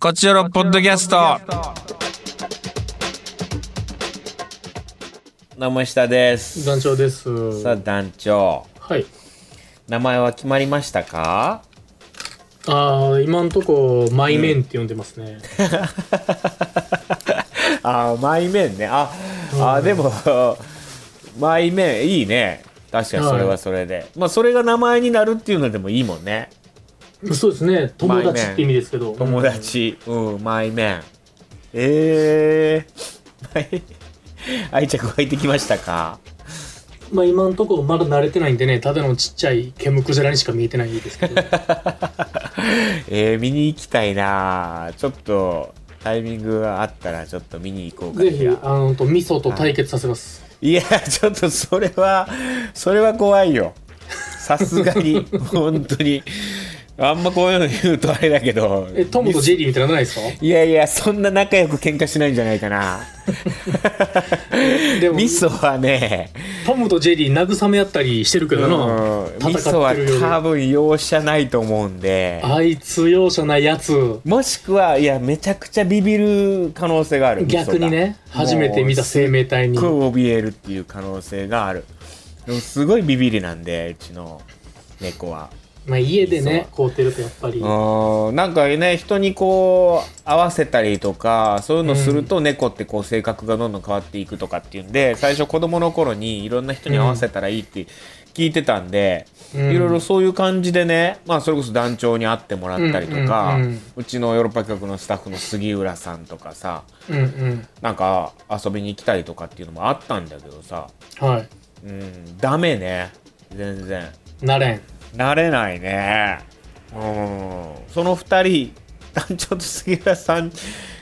こちらのポッドキャスト。どうも下です。団長です。さあは団長、い。名前は決まりましたか？ああ、今んとこ、マイメンって呼んでますね。 あー、マイメンね。あ、あーでもマイメンいいね。確かにそれはそれで、まあそれが名前になるっていうのでもいいもんね。そうですね。友達って意味ですけど。友達、うん、マイメン。ええー、 愛着湧いてきました か？うん。まあ今んとこまだ慣れてないんでね、ただのちっちゃいケムクジラにしか見えてないで すけど。えー、見に行きたいな。ちょっとタイミングがあったらちょっと見に行こうかぜひ、しあら。の、ほんと味噌と対決させます。いや、ちょっとそれは、それは怖いよ。さすがに、本当に。あんまこういうの言うとあれだけど。え、トムとジェリーみたいなのない ですかいやいや、そんな仲良く喧嘩しないんじゃないかな。 でもミ、ソはね、トムとジェリー慰め合ったりしてるけうんどな。ミ戦ソっはてるよう多で。分容赦ないと思うんで、あいつ容赦ないやつ。もしくは、いや、めちゃくちゃビビる可能性がある。ミソが逆にね、初めて見た生命体にすっ。ごい怯えるっていう可能性がある。でもすごいビビりなんで、うちの猫は。まあ家でミソはね、凍ってるとやっぱり。うんなんかね人にこう合わせたりとかそういうのすると猫ってこう性格がどんどん変わっていくとかっていうんで最初子供の頃にいろんな人に合わせたらいいって聞いてたんで、うんいろいろそういう感じでね、まあ、それこそ団長に会ってもらったりとか、ううんうんうんちのヨーロッパ企画のスタッフの杉浦さんとかさうんうん。なんか遊びに来たりとかっていうのもあったんだけどさ、はい。うん、ダメね全然。なれん。慣れないねうんその2人 団長と杉浦さん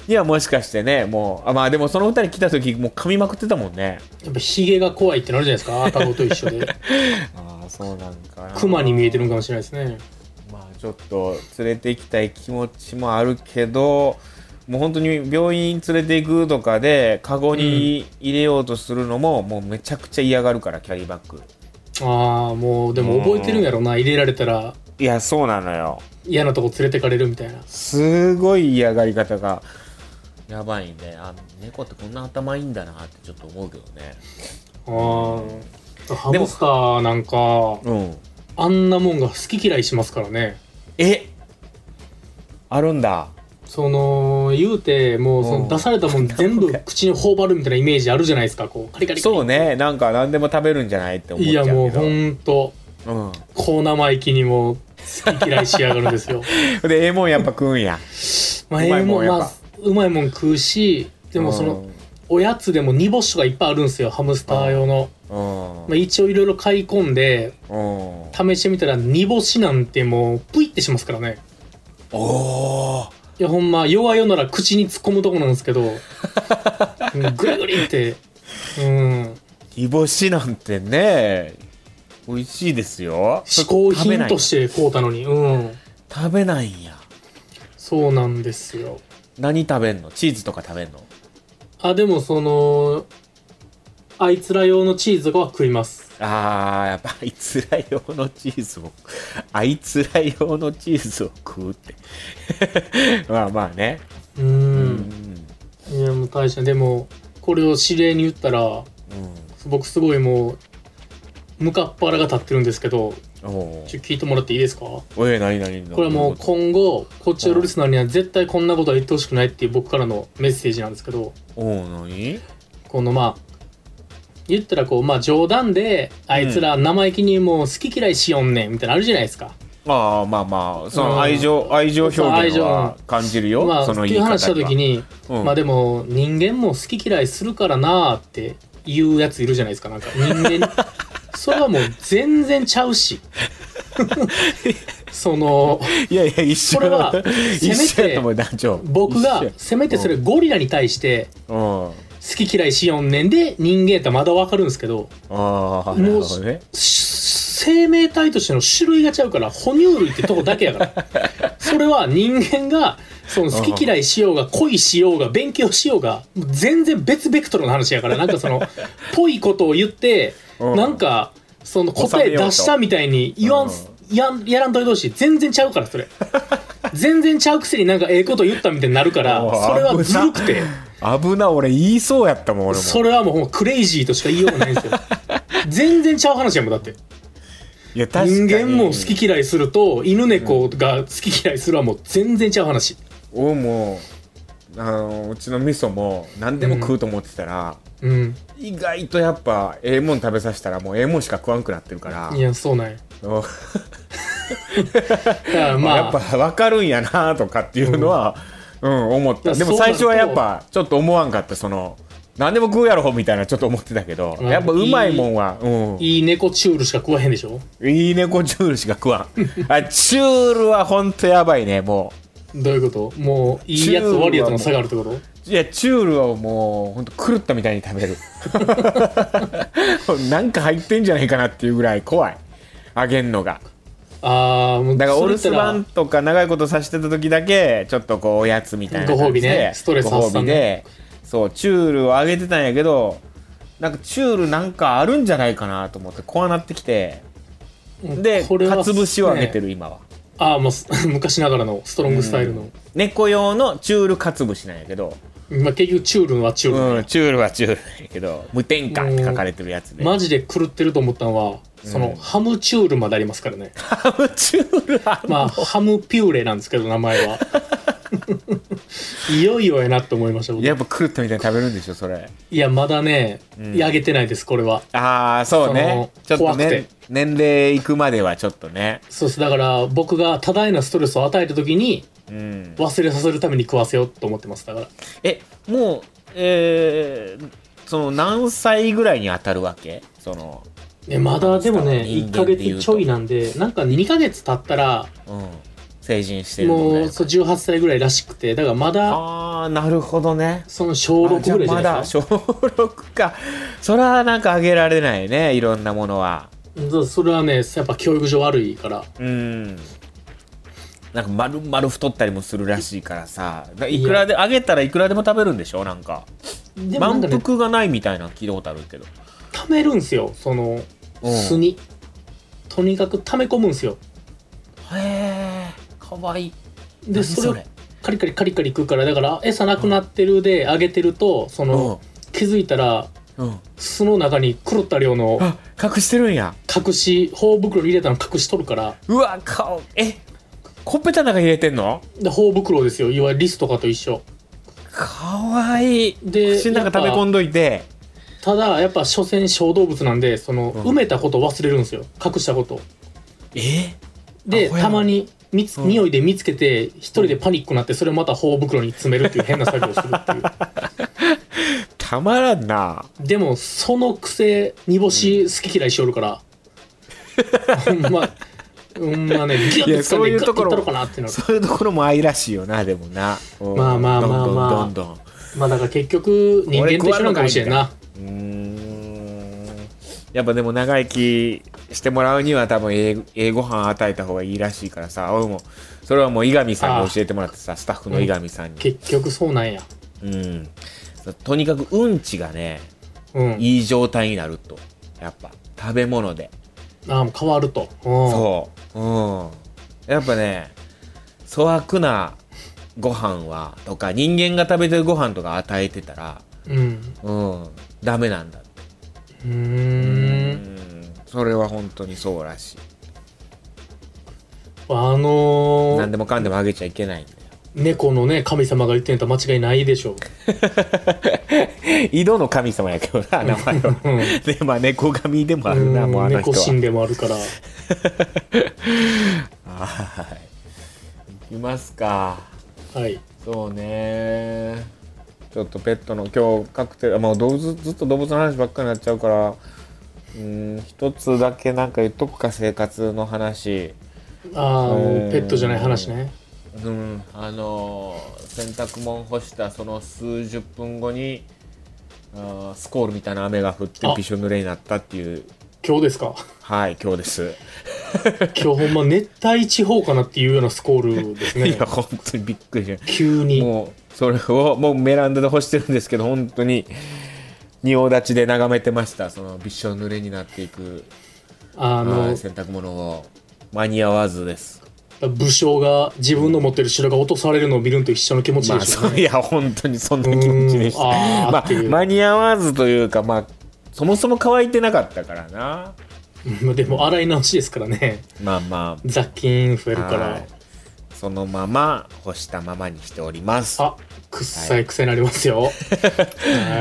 にはもしかしてねもうあまあでもその2人来た時もう噛みまくってたもんねやっぱヒゲが怖いってなるじゃないですか、タゴと一緒で。ああそうなんかなクマに見えてるんかもしれないですね。まあちょっと連れて行きたい気持ちもあるけどもう本当に病院連れて行くとかでカゴに入れようとするのも、もうめちゃくちゃ嫌がるからキャリーバッグああ、もうでも覚えてるんやろな、入れられたらいやそうなのよ嫌なとこ連れてかれるみたいな。すごい嫌がり方がやばいんであ猫ってこんな頭いいんだなってちょっと思うけどねああ、ハムスターなんか、うんあんなもんが好き嫌いしますからね。えあるんだその、言うて、もうそうんの出されたもん全部口に頬張るみたいなイメージあるじゃないですか、こう、カリカリカリそうねなんか何でも食べるんじゃないって思っいちゃやうけどもうほんと、こう生意気にも好き嫌いしやがるんで すよ。うん、でええもんやっぱ食うんやまあ、うえまいえももんん、やっぱまあ、うまいもん食うし、でもその、おやつでも煮干しとかいっぱいあるんですよ、ハムスター用の。うんまあ、一応いろいろ買い込んで、うん試してみたら煮干しなんてもう、ぷいってしますからね。おーいや、ほんま、弱々なら口に突っ込むとこなんですけど、 うんぐりぐりって、うん、煮干しなんてね美味しいですよ嗜好品として買うたのに、うん。食べないんやそうなんですよ。何食べんのチーズとか食べんのあ、でもその、あいつら用のチーズとかは食います。ああ、やっぱあいつら用のチーズを、あいつら用のチーズを食うって。 まあまあね。う。。うんいや、もう大した。でも、これを指令に言ったら、僕すごいもう向かっ腹が立ってるんですけどうん。おちょっと聞いてもらっていいですかこお。え、なになにこれはもう今後こっちのリスナーには絶対こんなことは言ってほしくないっていう僕からのメッセージなんですけどおお、なにこのまあ言ったらこうまあ冗談であいつら生意気にもう好き嫌いしよんねんみたいなのあるじゃないですか。ああ、まあまあ、そうんの愛情、愛情表現は愛感じるよ。まあそのって言いいう方話した時に、うんまあでも人間も好き嫌いするからなーって言うやついるじゃないですかなんか人 間それはもう全然ちゃうしそのいやいや、一緒これは 一緒やと思う、団長。僕が一せめてそれゴリラに対して緒やうん。好き嫌いしよんねんで人間やったらまだわかるんですけどああ、なもるうほどね。し生命体としての種類がちゃうから哺乳類ってとこだけやから それは人間がその好き嫌いしようが恋しようが勉強しようがもう全然別ベクトルの話やからなんかその ぽいことを言ってうんなんかその答収えめようと出したみたいに言わうん んやんやらんといてほしい全然ちゃうからそれ全然ちゃうくせになんかええこと言ったみたいになるからおうそれはずるくて危な俺言いそうやったもん俺もそれはもうほんまクレイジーとしか言いようがないんです よ全然ちゃう話やもんだっていや確か人に間も好き嫌いすると犬猫が好き嫌いするはもう全然ちゃう話をもうあのうちの味噌も何でも食うと思ってたら、うん意外とやっぱええもん食べさせたらもうええもんしか食わんくなってるからいやそうなんやうん だからまあやっぱ分かるんやなとかっていうのは、うん思っいたやでもそうな最ると初はやっぱちょっと思わんかったその何でも食うやろみたいなちょっと思ってたけど、うんやっぱうまいもんはうんいい猫チュールしか食わへんでしょいい猫チュールしか食わ んあチュールはほんとやばいねもどういうこともういいやつ悪いやつの差があるってことういやチュールはもうほんと狂ったみたいに食べる なんか入ってんじゃないかなっていうぐらい怖いあげんのがああもうだからそおれ留やった守ら番とか長いことさせてた時だけちょっとこうおやつみたいな感じでご褒美ねストレス発散ご褒美でそうチュールをあげてたんやけどなんかチュールなんかあるんじゃないかなと思って怖なってきてでこれはかつぶしをあげてねる今はああもう す昔ながらのストロングスタイルの、猫用のチュールかつぶしなんやけど、まあ、結局チュールはチュール、うん、チュールはチュールなんやけど無添加って書かれてるやつでマジで狂ってると思ったのはその、うんハムチュールまでありますからねハムチュールあんのまあ ハムピューレなんですけど名前 はいよいよやなって思いました僕やっぱ狂ったみたいに食べるんでしょそれいやまだね、んいやあげてないですこれはああそうねちょそっとの怖くねて年齢いくまではちょっとねそうですだから僕が多大なストレスを与えた時にうん忘れさせるために食わせようと思ってますだからえもうえー、その何歳ぐらいに当たるわけそのえまだでもね人1間ヶで言うと月ちょいなんでなんか2ヶ月経ったらうん成人してるのもうねそう18歳ぐらいらしくてだからまだああなるほどねその小あ6じゃあぐらいじまゃないだです小6かそれはなんかあげられないねいろんなものはかうんそれはねやっぱ教育上悪いからうんなんか丸々太ったりもするらしいからさだいくらであげたらいくらでも食べるんでしょなんかでもな満んかね腹がないみたいなの聞いたことあるけど溜めるんすよそのうん巣にとにかく溜め込むんすよへえかわいいで何それをカリカリカリカリ食うからだから餌なくなってるであげてるとその気づいたらうんうん巣の中に狂った量のあ隠してるんや隠し頬袋に入れたの隠しとるからうわ顔えコッペたん中入れてんので頬袋ですよいわゆるリスとかと一緒かわいいで口の中食べ込んどいてただやっぱ所詮小動物なんでその、うん埋めたことを忘れるんですよ隠したことをえでアホやなたまに見つ、うん匂いで見つけて一人でパニックになってそれをまた頬袋に詰めるっていう変な作業をするっていうたまらんなでもそのくせ煮干し好き嫌いしおるから、ほんまほんまねギュいッやて掴んそうでいうギュッとてころいったのかなっていうのそういうところも愛らしいよなでもなうんまあまあまあまあどんどんどんどんまあだから結局人間と一緒なのかもしれんなうーんやっぱでも長生きしてもらうには多分ええええご飯与えた方がいいらしいからさ俺もそれはもう伊上さんに教えてもらってさスタッフの伊上さんに結局そうなんやうんとにかくうんちがねうんいい状態になるとやっぱ食べ物でああもう変わるとうんそううんやっぱね粗悪なご飯はとか人間が食べてるご飯とか与えてたらうんうんダメなんだってうーうんんそれは本当にそうらしいあの何ー、でもかんでもあげちゃいけないんだよ猫のね神様が言ってんと間違いないでしょう 井戸の神様やけどな名前はうんでまあ猫神でもあるなもうあの人猫は神でもあるからはい行きますかはいそうねちょっとペットの今日カクテルあまあ動物ずっと動物の話ばっかりになっちゃうからうーん一つだけなんか言っとくか生活の話ああうんペットじゃない話ねうんあのー洗濯物干したその数十分後にあースコールみたいな雨が降ってあびしょ濡れになったっていう今日ですかはい今日です、今日ほんま熱帯地方かなっていうようなスコールですいねや本当にびっくりした急にもうそれをもうベランダで干してるんですけど本当に仁王立ちで眺めてましたそのびっしょ濡れになっていくあはのい洗濯物を間に合わずです武将が自分の持ってる城が落とされるのを見るのと一緒の気持ちまであ、しょそうういね。や本当にそんな気持ちでしたうーんあーまっていうあ、間に合わずというかまあそもそも乾いてなかったからなまあ でも洗い直しですからね。まあまあ雑菌増えるから。はいそのまま干したままにしておりますあ、くっさい癖になりますよ。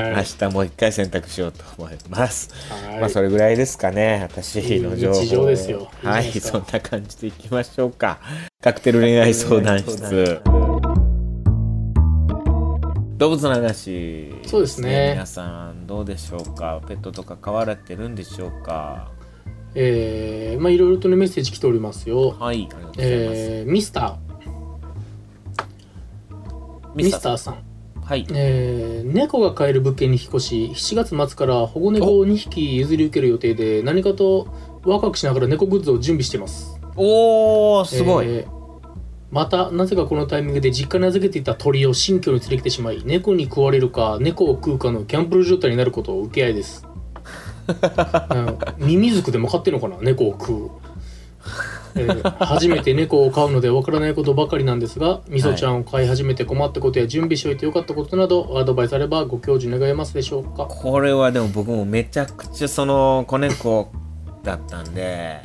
明は日もう一回洗濯しようと思います、はいまあそれぐらいですかね私の情報日常ですよはいいいじゃないですそかんな感じでいきましょうかカクテル恋愛相談カクテ室動物の話そうですね皆さんどうでしょうかペットとか飼われてるんでしょうかい。えー、まあいろいろとね、メッセージ来ておりますよ。はいありがとうございます、えー、ミスター、ミスターさん。はいえー猫が飼える物件に引っ越し7月末から保護猫を2匹譲り受ける予定で何かとワクワクしながら猫グッズを準備していますおおすごい、えーまたなぜかこのタイミングで実家に預けていた鳥を新居に連れてきてしまい猫に食われるか猫を食うかのギャンブル状態になることを受け合いです うんミミズクでも飼ってんのかな猫を食う、えー初めて猫を飼うのでわからないことばかりなんですがみそちゃんを飼い始めて困ったことや準備しておいてよかったことなどアドバイスあればご教授願えますでしょう かこれはでも僕もめちゃくちゃその子猫だったんで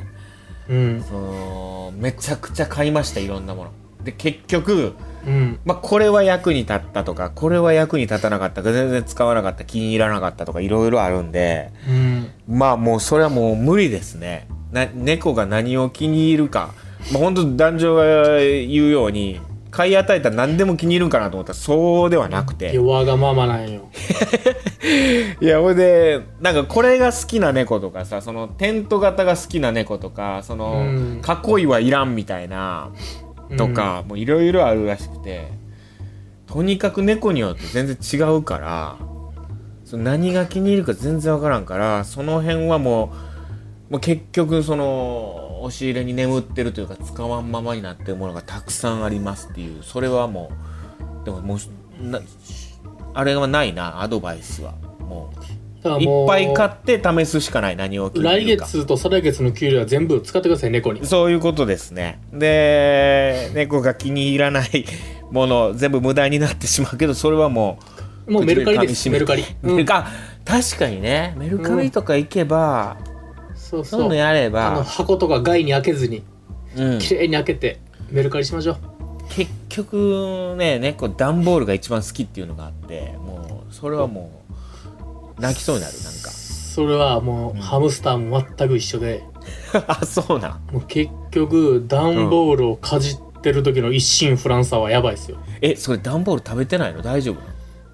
うんそのめちゃくちゃ買いましたいろんなもので結局、うんまあ、これは役に立ったとかこれは役に立たなかった全然使わなかった気に入らなかったとかいろいろあるんでうんまあもうそれはもう無理ですねな猫が何を気に入るか、まあ、本当男女が言うように買い与えたら何でも気に入るんかなと思ったらそうではなくていやわがままなんよいやほいでなんかこれが好きな猫とかさそのテント型が好きな猫とかその、うん囲いはいらんみたいなとか、もういろいろあるらしくてとにかく猫によって全然違うからその何が気に入るか全然わからんからその辺はもうもう結局その押し入れに眠ってるというか使わんままになってるものがたくさんありますっていうそれはもうでももうなあれはないなアドバイスはもだからういもっうぱい買って試すしかない何を気に入来るか月と再来月の給料は全部使ってください猫にそういうことですね。で、猫が気に入らない もの、全部無駄になってしまうけど、それはもう、もうメルカリです口でメル噛カみリ締、めうメルん、カ確かにね、メルカリとか行けば、そうそういうそのうやれあのば、箱とか外に開けずにうん、綺麗に開けてメルカリしましょう結局ね、猫、段ボールが一番好きっていうのがあって、もう、それはもう、泣きそうになる、なそれはもうハムスターも全く一緒でん か。あ、そうなん。もう結局段ボールをかじってる時の一心不乱さはやばいですよえ、それ段ボール食べてないの大丈夫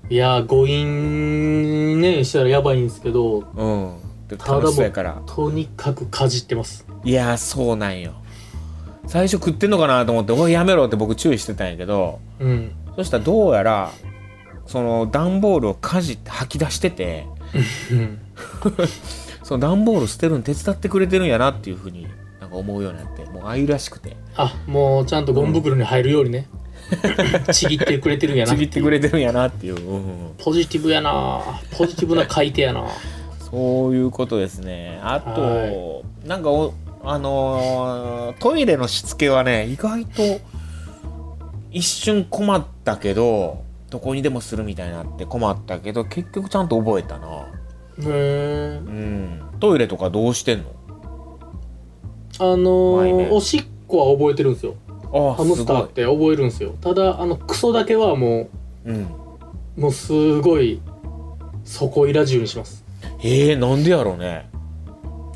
いやー誤飲ねしたらやばいんですけどなのうん。でただ楽しそうやかもらう。とにかくかじってますいやーそうなんよ最初食ってんのかなと思って「おいやめろ」って僕注意してたんやけどうんそしたらどうやらその段ボールをかじって吐き出しててうんその段ボール捨てるの手伝ってくれてるんやなっていうふうになんか思うようになってもう愛らしくてあもうちゃんとゴミ袋に入るようにね、ちぎってくれてるんやなちぎってくれてるんやなっていう、うんうんポジティブやなポジティブな買い手 やなそういうことですねあと、はなんかおあのートイレのしつけはね意外と一瞬困ったけどどこにでもするみたいになって困ったけど結局ちゃんと覚えたなへえうんトイレとかどうしてんのあのうまいーねおしっこは覚えてるんですよあハムスターって覚えるんですよただあのクソだけはもうんうもうすごい底いらじゅうにしますえー、なんでやろうね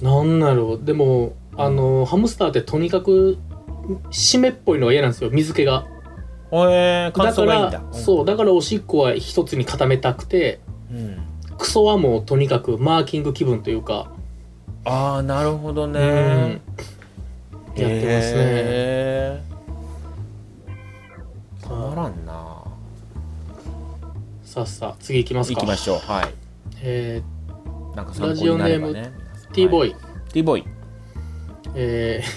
なんだろうでもあのーハムスターってとにかく湿っぽいのが嫌なんですよ水気がえー、感だか想がいいんだらそうだからおしっこは一つに固めたくてうん、うんクソはもうとにかくマーキング気分というかああなるほどね、うんやってますねへーたまらんなさあさあ次行きます行かきましょうはいえなんか参考になればラね。ー、T ボーイ。イ、 T ボーイ。えー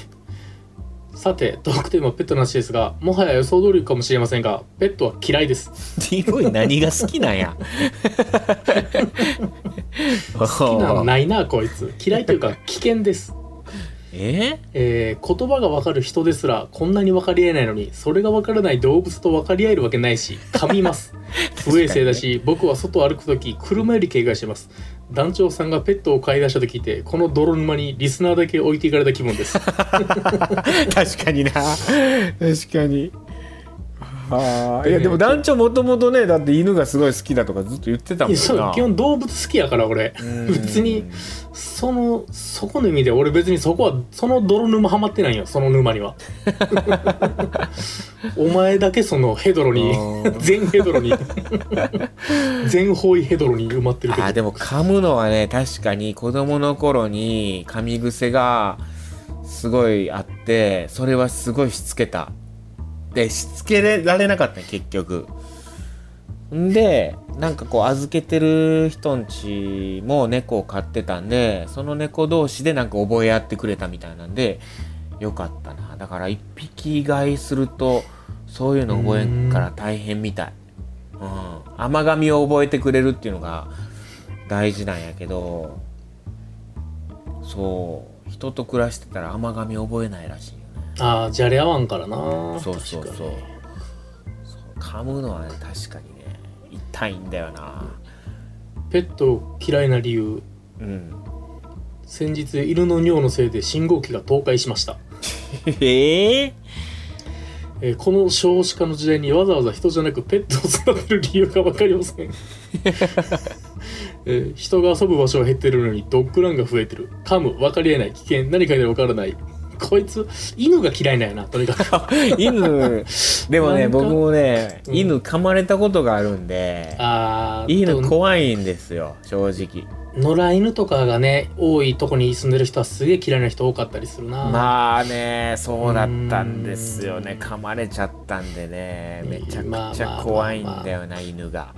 さてトークテーマはペットの話ですがもはや予想通りかもしれませんがペットは嫌いです T ボーイ何が好きなんや。好好きなのな。 ないなこいつ嫌いというか危険ですええー言葉がわかる人ですらこんなに分かり合えないのにそれが分からない動物と分かり合えるわけないし噛みます不衛生だし僕は外を歩く時車より警戒します団長さんがペットを飼い出したと聞いてこの泥沼にリスナーだけ置いていかれた気分で す確かにな確かにあーいでやねでも団長もともとねだって犬がすごい好きだとかずっと言ってたもいんやなそう基本動物好きやから俺うん別にそのそこの意味で俺別にそこはその泥沼ハマってないよその沼 にはお前だけそのヘドロにうん全ヘドロに全方位ヘドロに埋まってるけあーどでも噛むのはね確かに子供の頃に噛み癖がすごいあってそれはすごいしつけたでしつけられなかったね結局んでなんかこう預けてる人んちも猫を飼ってたんでその猫同士でなんか覚え合ってくれたみたいなんでよかったなだから一匹飼いするとそういうの覚えんから大変みたいうん、甘噛みを覚えてくれるっていうのが大事なんやけどそう人と暮らしてたら甘噛み覚えないらしいよねああじゃれ合わんからなそうそうそう確かにそう噛むのはね確かにね痛いんだよなペット嫌いな理由うん先日犬の尿のせいで信号機が倒壊しましたえええーこの少子化の時代にわざわざ人じゃなくペットを育てる理由が分かり ません、えー人が遊ぶ場所は減ってるのにドッグランが増えてる噛む分かりえない危険何かで分からないこいつ犬が嫌いなんやなとにかく 犬でもねなんか僕もね、うん犬噛まれたことがあるんであー犬でも怖いんですよ正直野良犬とかがね多いとこに住んでる人はすげえ嫌いな人多かったりするな、まあねそうだったんですよねうーん噛まれちゃったんでねめちゃまあくちまあまゃあ怖いんだよな犬が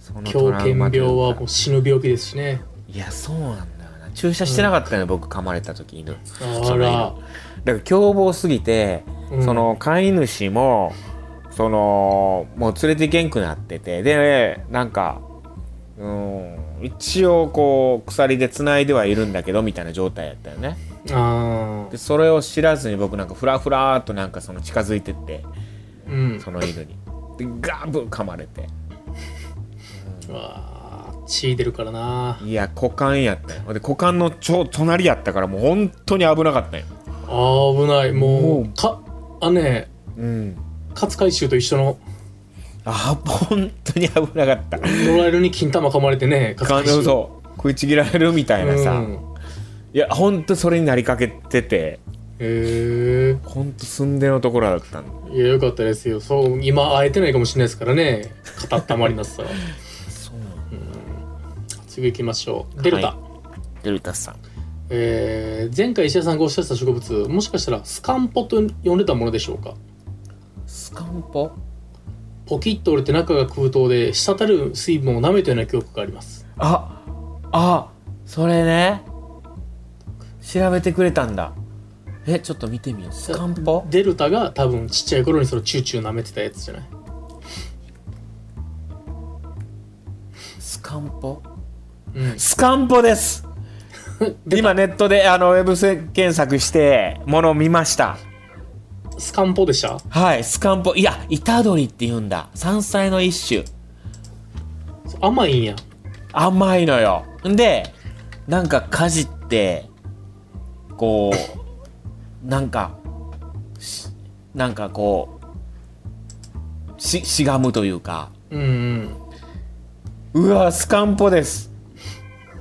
その狂犬と病いうかはもう死ぬ病気ですしねいやそうなんだよな注射してなかったのよ、僕噛まれた時犬あら、だから凶暴すぎて、うんその飼い主もそのもう連れていけんくなっててでなんかうん一応こう鎖で繋いではいるんだけどみたいな状態やったよねあでそれを知らずに僕なんかフラフラーっとなんかその近づいてってーうんその犬にでガブ噛まれてうわー血出るからないや股間やったよで股間のちょ隣やったからもう本当に危なかったよあー危ないもうもうかあねうん勝海舟と一緒のあ本当に危なかった野良犬に金玉噛まれてね感勝海動舟そう食いちぎられるみたいなさ、うんいや本当それになりかけててへえ本当寸んでのところだったんいやよかったですよそう今会えてないかもしれないですからね肩たまりなさそう次行きましょうデルタ、はいデルタさんえー前回石田さんがおっしゃってた植物もしかしたらスカンポと呼んでたものでしょうかスカンポポキッと折れて中が空洞で滴る水分を舐めたような記憶がありますああそれね調べてくれたんだえちょっと見てみようスカンポデルタが多分ちっちゃい頃にそのチューチュー舐めてたやつじゃないスカンポうんスカンポです今ネット であのウェブ検索してものを見ましたスカンポでしたはいスカンポいやイタドリって言うんだ山菜の一種甘いんや甘いのよんでなんかかじってこうなんかしなんかこうししがむというかうんうわスカンポです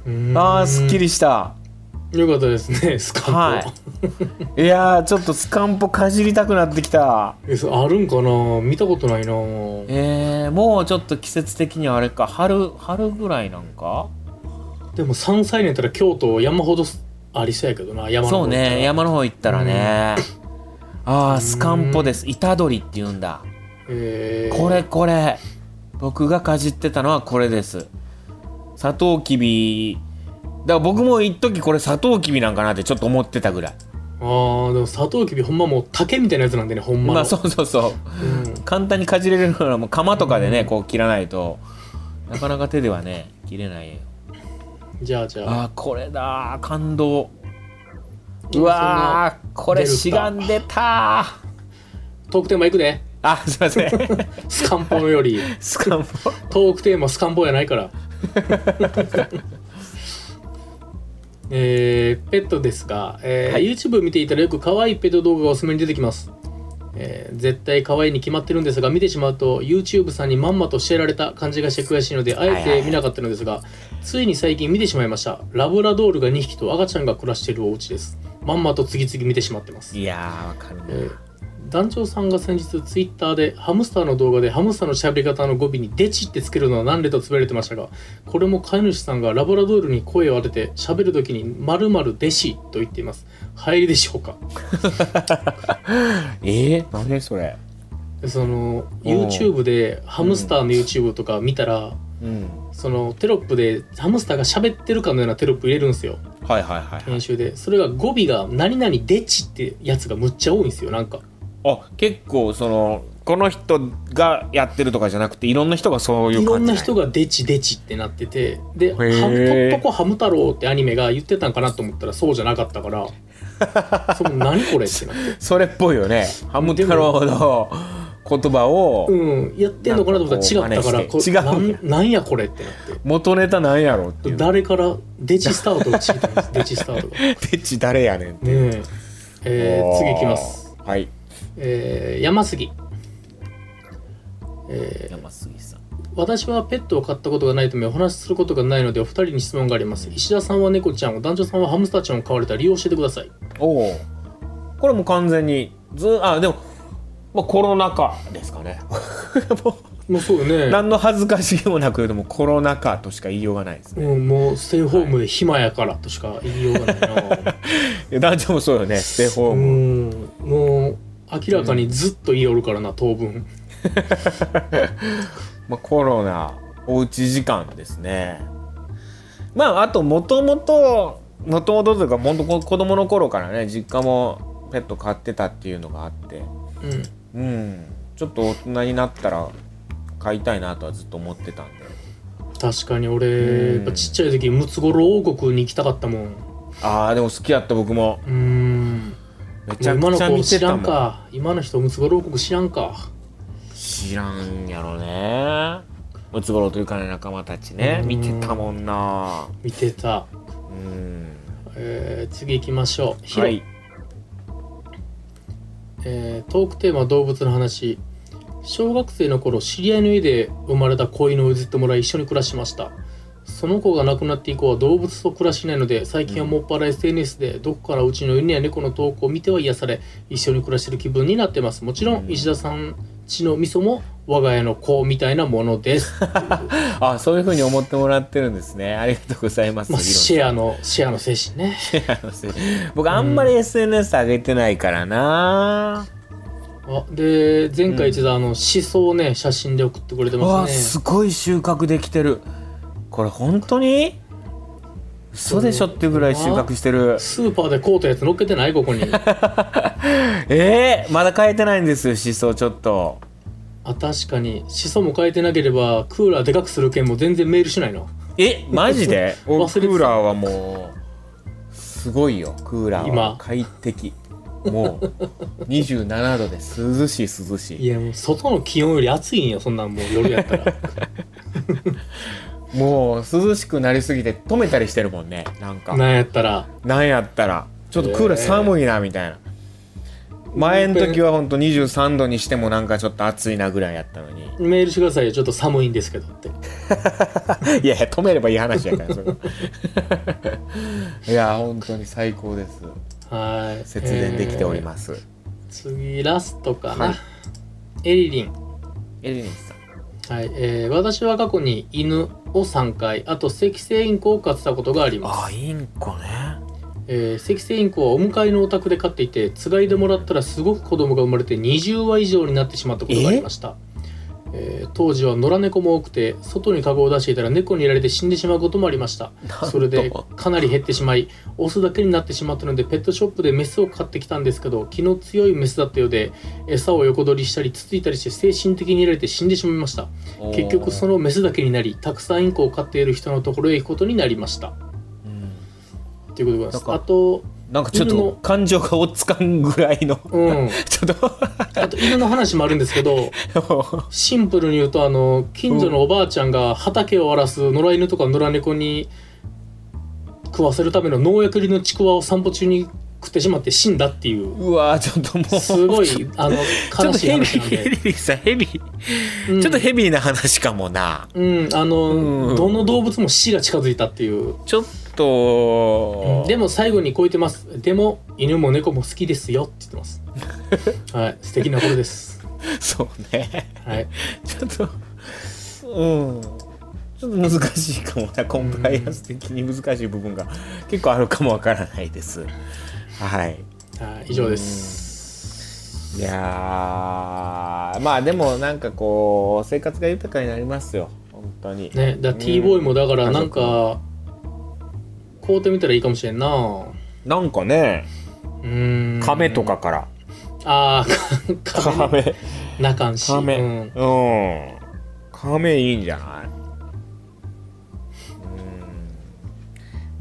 うんあーすっきりしたりよかったですねスカンポ、はいいやーちょっとスカンポかじりたくなってきたえそれあるんかな見たことないなえー、もうちょっと季節的にはあれか春春ぐらいなんかでも山菜にやったら京都山ほどありそうやけどな山のそ方うね山の方行ったらねああスカンポですイタドリって言うんだえーこれこれ僕がかじってたのはこれですサトウキビだから僕も一時これサトウキビなんかなってちょっと思ってたぐらいあーでもサトウキビほんまもう竹みたいなやつなんでねほんまのまあそうそうそううん簡単にかじれるのはもう釜とかでねこう切らないとなかなか手ではね切れないよじゃあじゃああーこれだー感動うわーこれしがんでたトークテーマいくであすいませんスカンポより スカンポトークテーマスカンボやない から。えーペットですが、えー YouTube 見ていたらよく可愛いペット動画がおすすめに出てきます、えー絶対可愛いに決まってるんですが見てしまうと YouTube さんにまんまと教えられた感じがして悔しいのであえて見なかったのですがついに最近見てしまいましたラブラドールが2匹と赤ちゃんが暮らしているお家ですまんまと次々見てしまってますいやーわかるえー団長さんが先日ツイッターでハムスターの動画でハムスターの喋り方の語尾に「デチ」ってつけるのは何でとつぶやいてましたがこれも飼い主さんがラブラドールに声を当てて喋る時に「まるデシ」と言っています入りでしょうかえー、何それでそのうん YouTube でハムスターの YouTube とか見たら、うんそのテロップでハムスターが喋ってるかのようなテロップ入れるんですよはいはいはいはい編集でそれが語尾が「何々デチ」ってやつがむっちゃ多いんですよなんかあ結構そのこの人がやってるとかじゃなくていろんな人がそういう感じいろんな人がが「デチデチ」ってなっててで「ハームとっとこハム太郎」ってアニメが言ってたんかなと思ったらそうじゃなかったからその何これって なってそれっぽいよねハム太郎の言葉をうんやってんのかなと思ったら違ったからなんかこう真似して違こうんやなんなんやこれってなっ元ネタなんやろっていてう誰からデチスタートを聞いたんですデチスタートがねペッチ誰やねんええー次いきますあーはいえー山杉えー山杉さん私はペットを飼ったことがないためお話しすることがないのでお二人に質問があります石田さんは猫ちゃんを男女さんはハムスターちゃんを飼われた理由を教えてくださいおおこれも完全にずあでも、まあ、コロナ禍ですかね ももうそううよね何の恥ずかしげもなくでもコロナ禍としか言いようがないですねうん、もうステイホームで暇やからとしか言いようがないないや男女もそうよねステイホーうム、んもう明らかにずっと言いよるからな当分まあ、コロナおうち時間ですねまああともともともともとというかほんとこ子供の頃からね実家もペット飼ってたっていうのがあってうんうんちょっと大人になったら飼いたいなとはずっと思ってたんで確かにうん俺やっぱちっちゃい時ムツゴロウ王国に行きたかったもんああでも好きやった僕もうんめちもゃう今くのちゃ子見て知らたんもんか今の人ムツゴロウ王国知らんか知らんやろねムツゴロウというかね仲間たちねうん見てたもんな見てた、うんえー次行きましょうヒロ、はいえートークテーマ動物の話小学生の頃知り合いの家で生まれた子犬を譲ってもらい一緒に暮らしましたその子が亡くなって以降は動物と暮らしないので最近はもっぱら SNS でどこからうちの犬や猫の投稿を見ては癒され一緒に暮らしてる気分になってますもちろうんん石田さん家の味噌も我が家の子みたいなも のです、あそういうふうに思ってもらってるんですねありがとうございますまあ、ヒロシェアのシェアの精 神ね僕あんまり SNS 上げてないからな、あで前回一度あの思想をね写真で送ってくれてうわあますすねごい収穫できてるこれ本当に嘘でしょってぐらい収穫してるスーパーで買うたやつ乗っけてないここにえー、まだ変えてないんですよ思想ちょっとあ確かにシソも変えてなければクーラーでかくする件も全然メールしないのえマジで 忘れおてクたーラーはもうすごいよクーラーは今快適もう27度で涼しい涼しいいやもう外の気温より暑いんよそんなんもう夜やった らもう涼しくなりすぎて止めたりしてるもんねなんかなんやったらなんやったらちょっとクーラーえー寒いなみたいな、前の時はほんと23度にしてもなんかちょっと暑いなぐらいやったのにメールしてくださいよちょっと寒いんですけどって いやいや止めればいい話やからそれは いや本当に最高ですはい節電できております、す、えー次ラストかな、はいエリリンエリニスさんはい、えー私は過去に犬を3回あと赤星インコを飼ってたことがありますあインコねえー赤星インコはお迎えのお宅で飼っていてつがいでもらったらすごく子供が生まれて20羽以上になってしまったことがありました、えー当時は野良猫も多くて外に籠を出していたら猫にやられて死んでしまうこともありましたなんとそ れでかなり減ってしまいオスだけになってしまったのでペットショップでメスを買ってきたんですけど気の強いメスだったようで餌を横取りしたりつついたりして精神的にやられて死んでしまいました結局その、のメスだけになりたくさんインコを飼っている人のところへ行くことになりましたうんということでございまなんすかあとなんかちょっ犬のと感情が落ちつかんぐらいのうん。 ちょっあと犬の話もあるんですけど、とシンプルに言うと、あの、近所のおばあちゃんが畑を荒らす野良犬とか野良猫に食わせるための農薬入りのちくわを散歩中に食ってしまって死んだっていう、うわーちょっともう すごいちょ、あの、っ悲としいヘビ話なんーヘで。ビーさヘビーうんちょっとヘビーな話かもなうん、あの、うんどの動物も死が近づいたっていう。ちょっとでも最後にこう言ってます。でも犬も猫も好きですよって言っ てます。はい、素敵なことです。そう ねはい。ちょっとうんちょっと難しいかもなコンプライアンス的に難しい部分が結構あるかもわからないですはいはい、以上です。いやーまあでもなんかこう生活が豊かになりますよ本当にね、だうん T ボーイもだからなんか、こうてみたらいいかもしれんな。なんかねうん。亀と。かからああ、か亀。亀な感じ。亀うん。うん亀いいんじゃないう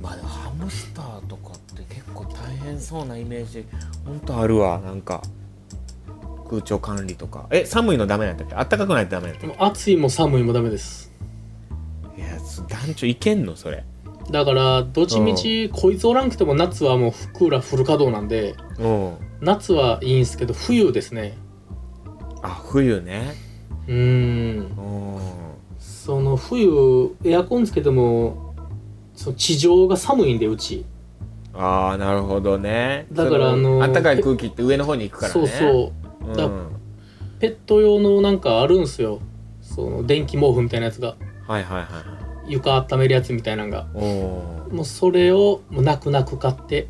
んまあでもハムスターとかって結構大変そうなイメージほんとあるわなんか空調管理とかえ寒いのダメなんだっけあったかくないとダメなんだでっも暑いも寒いもダメです。けいやそ団長いけんのそれだから、どっちみち、こいつおらんくても夏はもうクーラーフル稼働なんで、うん夏はいいんすけど、冬ですね。あ冬ねうーん。うんその冬エアコンつけてもその地上が寒いんでうちああなるほどねだからそあのーあったかい空気って上の方に行くからねそうそうう、ん、だペット用のなんかあるんすよその電気毛布みたいなやつがはいはいはいはい床温めるやつみたいなのがおおもうそれをもう泣く泣く買って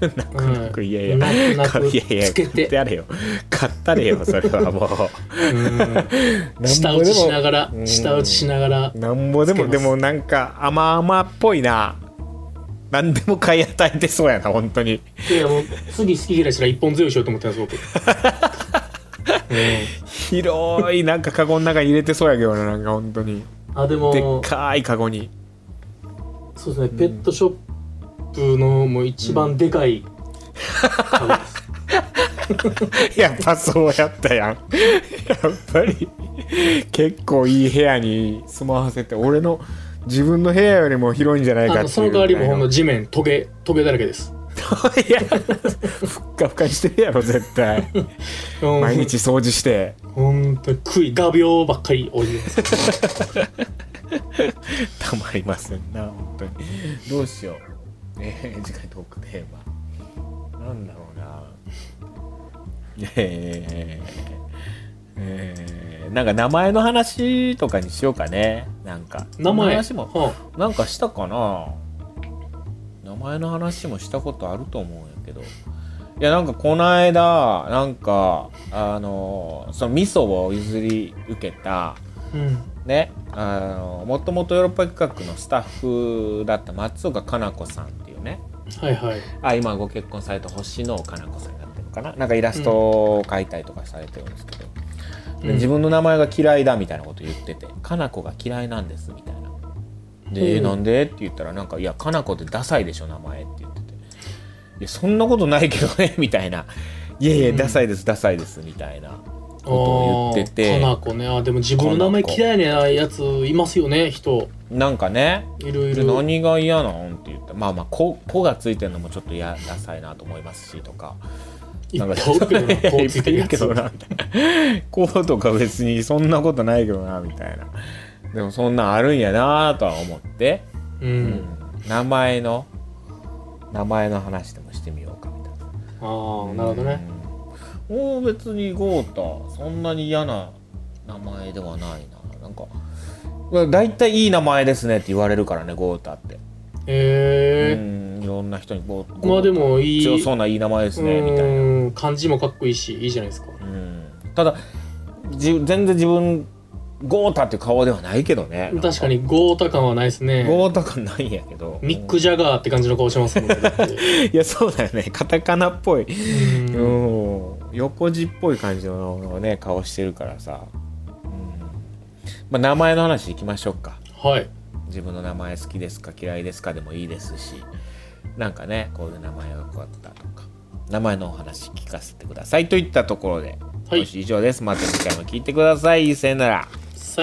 泣く泣くいやいや泣く泣かくいやいやつけ買って やれよ買ったれ よそれはもううん下打ちしながらうん下打ちしながらなんぼでもつけますでもなんか甘々っぽいな何でも買い与えてそうやな本当にいやもう次好き嫌いしたら一本強いしようと思ってます 僕うん広いなんかカゴの中に入れてそうやけどななんか本当にあでもでっかいカゴにそうですね、ペットショップのもう一番でかいカゴです、やっぱそうやったやんやっぱり結構いい部屋に住まわせて俺の自分の部屋よりも広いんじゃないかっていあうのその代わりもうほんの地面トゲトゲだらけです、いやふっかふかにしてるやろ絶 対うん、毎日掃除してほんとに食い画鋲ばっかり置いてますたまりませんな本当にどうしよう、えー次回トークテーマなんだろうなえーえーなんか名前の話とかにしようかねなんか名前話もはなんかしたかな名前の話もしたことあると思うんやけどいやなんかこの間なんかあのその味噌を譲り受けたあうんねあのもともとヨーロッパ企画のスタッフだった松岡かな子さんっていうねはいはいあ今ご結婚された星野かな子さんになってるのかななんかイラストを描いたりとかされてるんですけど、でうん自分の名前が嫌いだみたいなこと言ってて「かな子が嫌いなんです」みたいな。で「うんなんで?」って言ったらなんか「いやかな子ってダサいでしょ名前」って言ってて「いやそんなことないけどね」 みたいな「いやいやうんダサいですダサいです」みたいなことをあ言っててあかなこねあでも自分の名前嫌いなやついますよね人なんかねいろいでろ何が嫌なんって言ったまあまあ「こ」こがついてるのもちょっと嫌ダサいなと思いますしとかいっなんぱかいおるけどなこうついてるいっぱいいやるけつどなみたいな こうとか別にそんなことないけどなみたいなでもそんなんあるんやなとは思って、ううんん名前の名前の話でもしてみようかみたいなああなるほどねうん。もう別に豪太そんなに嫌な名前ではないななんかだいたいいい名前ですねって言われるからね豪太って。うえんいろんな人にこうえまあでもいい強そうないい名前ですねみたいな、うん漢字もかっこいいしいいじゃないですかうん、ただじ全然自分ゴータっていう顔ではないけどね確かに豪太感はないですねゴータ感ないんやけどミック・ジャガーって感じの顔してますもんね。だっていやそうだよねカタカナっぽい、うん うん、横字っぽい感じのね顔してるからさ、うんまあ、名前の話いきましょうかはい。自分の名前好きですか嫌いですかでもいいですしなんかねこういう名前がこうあったとか名前のお話聞かせてくださいといったところで、はい今週以上ですまた次回も聞いてくださいさよならさ